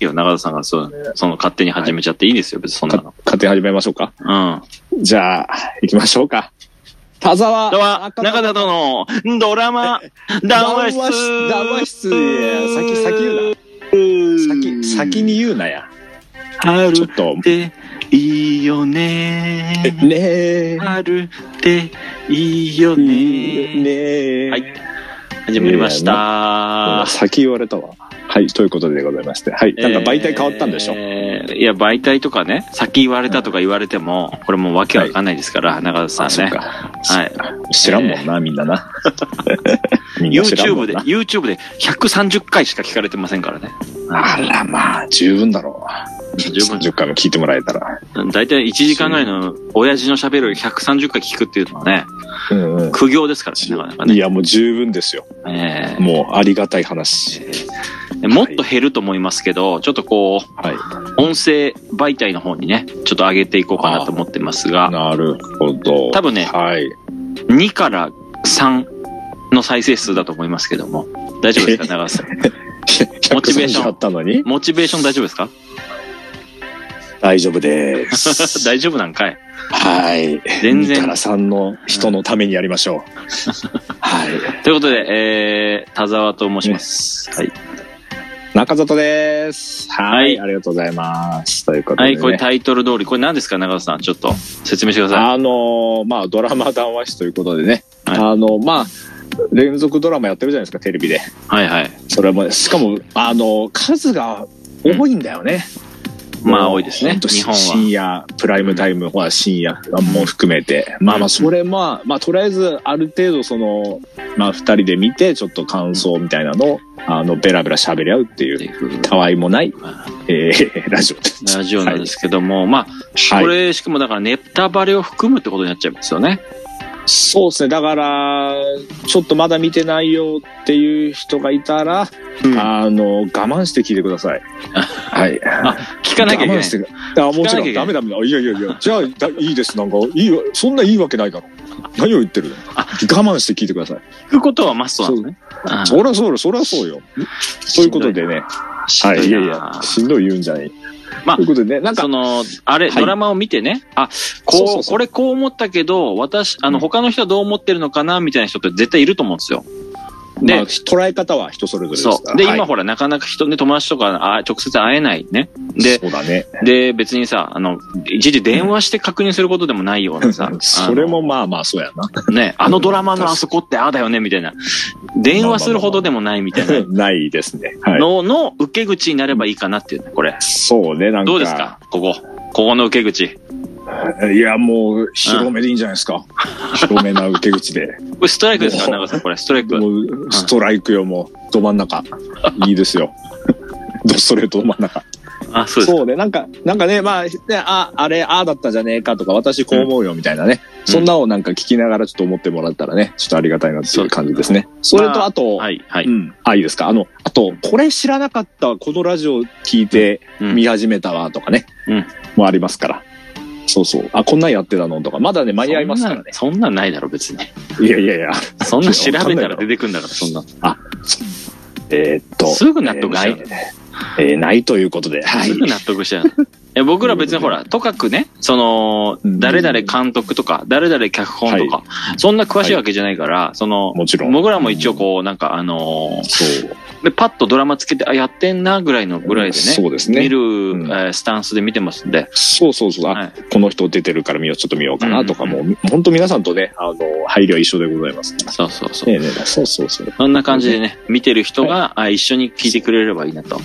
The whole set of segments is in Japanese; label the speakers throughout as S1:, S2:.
S1: いよ、長田さんがそう、その勝手に始めちゃっていいですよ、別にそんな
S2: か
S1: の。
S2: 勝手に始めましょうか。
S1: うん。
S2: じゃあ、行きましょうか。田沢
S1: では、中田とのドラ マ、談話室。
S2: 談話室いや先先言う先、先に言うなや。
S1: 春
S2: ちょっ
S1: っ
S2: と、
S1: ていいよ
S2: え
S1: ね。
S2: ねえ。
S1: 春っていいよ
S2: いいよね
S1: ね。
S2: え
S1: はい。始まりました。
S2: 先言われたわ。はい、ということでございまして。はい、なんか媒体変わったんでしょ、
S1: えーいや、媒体とかね、先言われたとか言われても、これもうわけわかんないですから、中田さ
S2: あ、そ
S1: ん
S2: っ
S1: ね。
S2: か。
S1: はい。
S2: 知らんもんな、みん なな。みんな知らんも
S1: YouTube
S2: ん
S1: で、
S2: な。
S1: YouTube で130回しか聞かれてませんからね。
S2: あら、まあ、十分だろう。
S1: 十分
S2: 10回も聞いてもらえたら。
S1: 大体1時間ぐらいの親父の喋る130回聞くっていうのはね、
S2: うんうん。
S1: 苦行ですからね、なかなか
S2: い
S1: ね。
S2: や、もう十分ですよ。
S1: え
S2: もう、ありがたい話。
S1: えもっと減ると思いますけど、ちょっとこう、
S2: はい。
S1: 音声媒体の方にね、ちょっと上げていこうかなと思ってますが、
S2: なるほど。
S1: 多分ね
S2: はい。
S1: 2から3の再生数だと思いますけども、大丈夫 ですか、長瀬さん。モチベーション
S2: 130あったのに
S1: モチベーション大丈夫です か
S2: 大丈夫です。
S1: 大丈夫なんかい。
S2: はい。
S1: 全然
S2: 三からさんの人のためにやりましょう。はい。
S1: ということで、えー、田沢と申します。はい。
S2: 中里です。はい。
S1: はい
S2: ありがとうございます。ということ
S1: は
S2: で、ね。
S1: い、これタイトル通り、これ何ですか、長瀬さん。ちょっと説明してください。
S2: あのーまあ、ドラマ談話室ということでね。
S1: はい
S2: あのまあ、連続ドラマやってるじゃないですか、テレビで。
S1: はいはい。
S2: それも、しかも、あの数が多いんだよね。
S1: まあ多いです
S2: ほ
S1: ね
S2: ん、と
S1: 日本は
S2: 深。夜、プライムタイムは深夜も含めて。まあまあ、それまあ、まあ、とりあえず、ある程度、その、まあ、二人で見て、ちょっと感想みたいなのを、あの、ベラベラ喋り合うっていう、たわいもない、えー、 ラジオです。
S1: ラジオなんですけども、まあ、
S2: はい
S1: これしかもだからネタバレを含むってことになっちゃいますよね。
S2: そうですね。だから、ちょっとまだ見てないよっていう人がいたら、あの、我慢して聞いてく ださい。はい。
S1: 聞かなきゃいけ
S2: 我慢
S1: な
S2: し
S1: い。
S2: てくあ、もち
S1: 聞かなきゃ
S2: ろ
S1: いけない
S2: ん、ダメダメだ。いやいやいや、じゃあ、だいいです。なんか、いいわ、そんないいわけないだろ。何を言ってるの我
S1: あ
S2: 慢して聞いてください。
S1: 聞くことはマストなんですね。あ
S2: そりゃそうよ、そりゃそうよ。ということでね。
S1: しん
S2: は
S1: ど
S2: い。いやい
S1: な
S2: や、しんどい言うんじゃない。
S1: まあ
S2: ということでね、なん
S1: そ
S2: か、
S1: の、あれ、
S2: はい
S1: ドラマを見てね、あ、
S2: そうそ
S1: こ
S2: う
S1: う、
S2: そう
S1: これこう思ったけど、私、あ
S2: う
S1: の、
S2: ん
S1: 他の人はどう思ってるのかな、みたいな人って絶対いると思うんですよ。
S2: まあ
S1: で、
S2: 捉え方は人それぞれです
S1: そ
S2: から。
S1: う。で、
S2: はい
S1: 今、ほら、なかなか人ね、友達とか、あ直接会えないね。で、
S2: そうだね。、
S1: で、別にさ、あの、一時電話して確認することでもないようなさ
S2: それもまあまあ、そうやな。
S1: あのね、あのドラマのあそこってああだよね、みたいな。電話するほどでもないみたいな
S2: ないですね。はい。
S1: のの受け口になればいいかなっていうね、これ。
S2: そうね、なんか。
S1: どうですかここ。ここの受け口。
S2: いや、もう、広めでいいんじゃないで すか。広めな受け口で。
S1: これストライクですか
S2: もう
S1: 長さん、これ。ストライク。
S2: もうストライクよ、もう、ど真ん中。いいですよ。 どストレートど真ん中。
S1: あ、そうです。
S2: そうね、なんか、なんかね、まあ、ねあ、あれ、ああだったじゃねえかとか、私こう思うよ、みたいなね。
S1: うん
S2: そんなをなんか聞きながらちょっと思ってもらったらね、ちょっとありがたいなっていう感じですね。
S1: そ
S2: そうれ
S1: まあ
S2: と、あと、
S1: はい、は
S2: う
S1: い。
S2: ん。あ、いいですか。あの、あと、これ知らなかった、このラジオ聞いて
S1: うん
S2: 見始めたわ、とかね。
S1: うん
S2: もありますから。そうそう。あ、こんなんやってたのとか。まだね、間に合いますからね。
S1: そんなそんなんないだろ、別に。
S2: いやいやいや。
S1: そんな調べたら出てくんだから、そんな。
S2: えーっと。
S1: すぐ納得ない
S2: えーえーないということで。はい
S1: す。ぐ納得し ちゃう。いや僕ら別にほら、とかくね、その、
S2: うん
S1: 誰々監督とか、誰々脚本とか、そんな詳しいわけじゃないから、その、
S2: もちろん。
S1: 僕らも一応こう、なんかあのー
S2: そう。
S1: でパッとドラマつけて、あ、やってんな、ぐらいのぐらいでね、
S2: そうですね。
S1: 見る、
S2: ん
S1: えースタンスで見てますんで、
S2: そうそうそう。あ、
S1: はい
S2: この人出てるから見よう、ちょっと見ようかなとかも、本当皆さんとね、あの、配慮は一緒でございますから。
S1: そうそうそう。
S2: ねえねえ、そうそうそう。
S1: そんな感じでね、見てる人が、あ一緒に聞いてくれればいいなと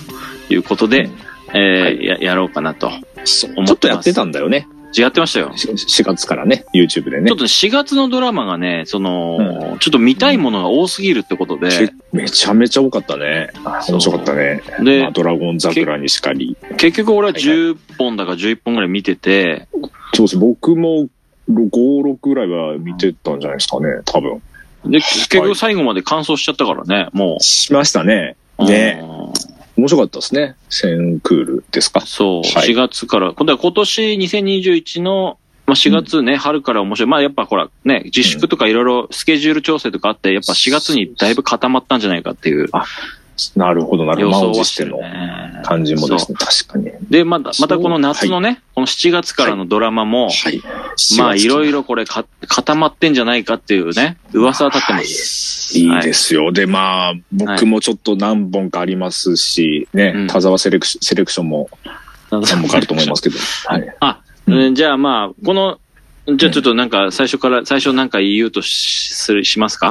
S1: いうことで、
S2: うん
S1: えー
S2: はい
S1: ややろうかなと。
S2: そう
S1: 思ってます
S2: ちょっとやってたんだよね。
S1: やってましたよ。
S2: し4月からね、YouTube で
S1: ち
S2: ね
S1: ょっ。と4月のドラマがね、その、ちょっと見たいものが多すぎるってことで、
S2: けめちゃめちゃ多かったね。あ
S1: そう
S2: 面白かったね。
S1: で
S2: まあ、ドラゴン桜にしかり。
S1: 結局俺は
S2: はいはい
S1: 10本だから11本ぐらい見てて、
S2: そうです。僕も5、6ぐらいは見てたんじゃないですかね、多分。
S1: で、結局最後まで完走しちゃったからね、も
S2: しましたね。
S1: う。
S2: ね
S1: うん
S2: 面白かったですね。センクールですか。
S1: そう、
S2: はい
S1: 4月から、今度は今年2021の、まあ、4月ね、春から面白い。まあやっぱほら、ね、自粛とかいろいろスケジュール調整とかあって、やっぱ4月にだいぶ固まったんじゃないかっていう。
S2: なるほど、なる
S1: 予
S2: ほど。満
S1: 想
S2: を
S1: は
S2: 持
S1: し
S2: してて
S1: る
S2: の
S1: ね。
S2: 感じもですね、確かに。
S1: で、また、またこの夏のね、この7月からのドラマも、
S2: はい。
S1: まあ、いろ
S2: ろ。
S1: いろこれか固まってんじゃないかっていうね、噂は立ってます。
S2: いい
S1: はい
S2: ですよ。で、まあ、僕もちょっと何本かありますし、
S1: うん
S2: ね、田沢セレクションセレクションも何本かあると思いま すけど。はい。
S1: あ、うんじゃあまあ、この、じゃあちょっとなんか最初から、最初なんか言うとしするしますか